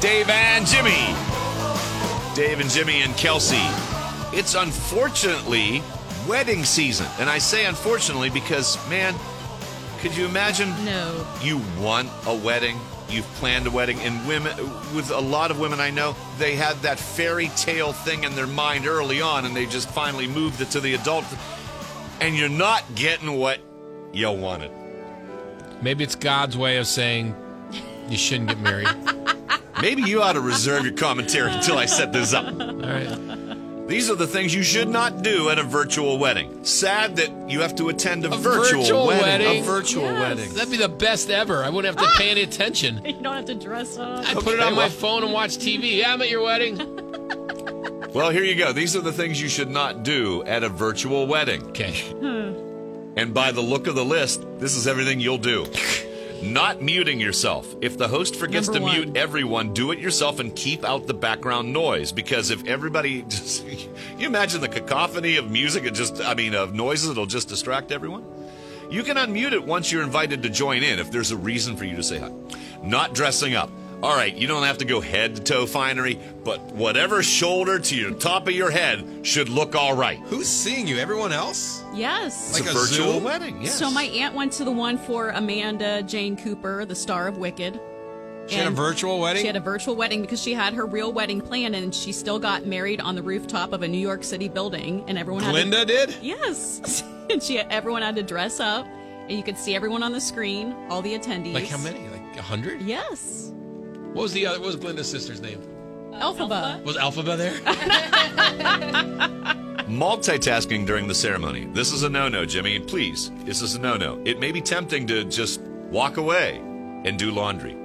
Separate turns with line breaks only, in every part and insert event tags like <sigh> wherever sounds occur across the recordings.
Dave and Jimmy. Dave and Jimmy and Kelsey. It's unfortunately wedding season. And I say unfortunately because, man, could you imagine
No. <laughs>
you want a wedding? You've planned a wedding, and women, with a lot of women I know, they had that fairy tale thing in their mind early on, and they just finally moved it to the adult. And you're not getting what you wanted.
Maybe it's God's way of saying you shouldn't get married.
Maybe you ought to reserve your commentary until I set this up.
<laughs> All right.
These are the things you should not do at a virtual wedding. Sad that you have to attend a,
A
virtual,
virtual
wedding.
wedding?
A virtual
Yes.
wedding.
That'd be the best ever. I wouldn't have to pay any attention.
You don't have to dress up.
I put it
Okay,
on my
well-
phone and watch TV. Yeah, I'm at your wedding.
Well, here you go. These are the things you should not do at a virtual wedding.
Okay.
And by the look of the list, this is everything you'll do. Not muting yourself. If the host forgets
Number
to
one.
mute everyone, do it yourself and keep out the background noise. Because if everybody <laughs> just, you imagine the cacophony of music and just, I mean, of noises, it'll just distract everyone. You can unmute it once you're invited to join in if there's a reason for you to say hi. Not dressing up. All right, you don't have to go head to toe finery, but whatever shoulder to your top of your head should look all right.
Who's seeing you? Everyone else?
Yes.
Like
it's a,
a
virtual
Zoom?
wedding. Yes.
So my aunt went to the one for Amanda Jane Cooper, the star of Wicked.
She had a
And
virtual wedding.
She had a virtual wedding because she had her real wedding planned, and she still got married on the rooftop of a New York City building, and everyone.
Glinda
Had
did.
to, yes, <laughs> and she everyone had to dress up, and you could see everyone on the screen, all the attendees.
Like how many? Like a hundred?
Yes.
What was the other? What was Glenda's sister's name?
Alphaba.
Was Alphaba there?
Multitasking during the ceremony. This is a no no, Jimmy. And please, this is a no no. It may be tempting to just walk away and do laundry.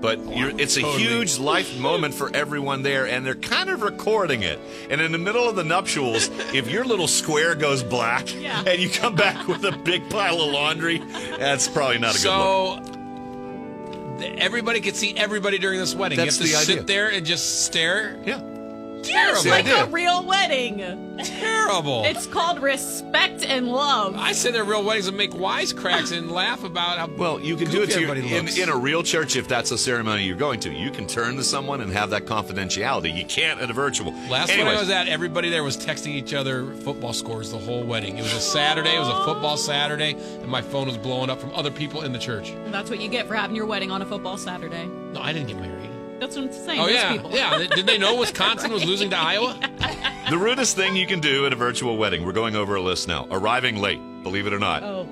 But you're, it's a
Totally.
huge life moment for everyone there, and they're kind of recording it. And in the middle of the nuptials, if your little square goes black
Yeah.
and you come back with a big pile of laundry, that's probably not a good look.
so th- everybody could see everybody during this wedding.
That's
you
the
have to
idea.
sit there and just stare.
Yeah.
Yes,
Terrible.
like
idea.
a real
Oh.
wedding.
Terrible.
It's called respect and love.
I sit at real weddings and make wisecracks and laugh about how
Well, you can do it
goofy
to your,
everybody
in,
looks.
in a real church if that's a ceremony you're going to. You can turn to someone and have that confidentiality. You can't at a virtual.
Last
Anyways,
one I was at, everybody there was texting each other football scores the whole wedding. It was a Saturday, it was a football Saturday, and my phone was blowing up from other people in the church.
That's what you get for having your wedding on a football Saturday.
No, I didn't get married.
That's what I'm saying.
Oh
Those
yeah,
people.
yeah. Did they know Wisconsin was losing to Iowa?
The rudest thing you can do at a virtual wedding. We're going over a list now. Arriving late, believe it or not.
Oh,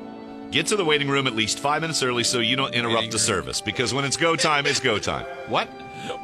Get to the waiting room at least five minutes early so you don't interrupt
Waiting
the
room.
service because when it's go time, it's go time. What?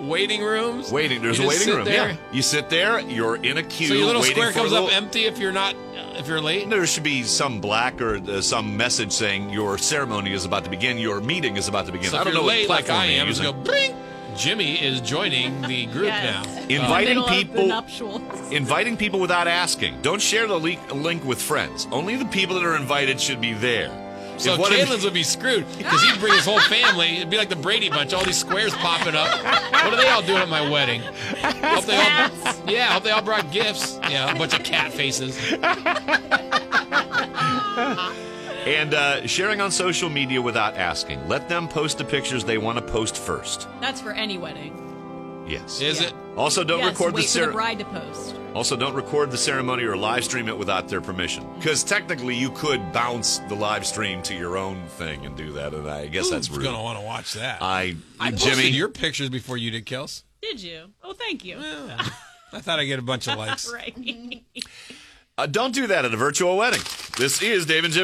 Waiting rooms.
Waiting. There's
You
a
just
waiting
sit
room.
there.
Yeah. You sit there. You're in a queue.
So your little
waiting
square
for a
comes
little-
up empty if you're not if you're late.
There should be some black or uh, some message saying your ceremony is about to begin. Your meeting is about to begin.
So
I
if
don't
you're
know
late,
what
like
platform
I am,
you're
just go.
using.
Bling. Jimmy is joining the group
Yes.
now.
Inviting
middle of the
people.
nuptials.
Inviting people without asking. Don't share the le- link with friends. Only the people that are invited should be there.
So
If one of-
Caitlin's would be screwed because he'd bring his whole family. It'd be like the Brady Bunch, all these squares popping up. What are they all doing at my wedding? Hope they
Cats.
all, yeah, hope they all brought gifts. Yeah, a bunch of cat faces.
And uh, sharing on social media without asking. Let them post the pictures they want to post first.
That's for any wedding.
Yes.
Is
Yeah.
it?
also, don't
yes,
record the,
wait for
cer-
the bride to post.
also don't record the ceremony or live stream it without their permission. Because technically, you could bounce the live stream to your own thing and do that. And I guess that's
Who's
rude.
gonna want to watch that?
I,
I posted
Jimmy,
your pictures before you did, Kels.
Did you? Oh, thank you.
I thought I'd get a bunch of likes.
Right.
uh, don't do that at a virtual wedding. This is Dave and Jimmy.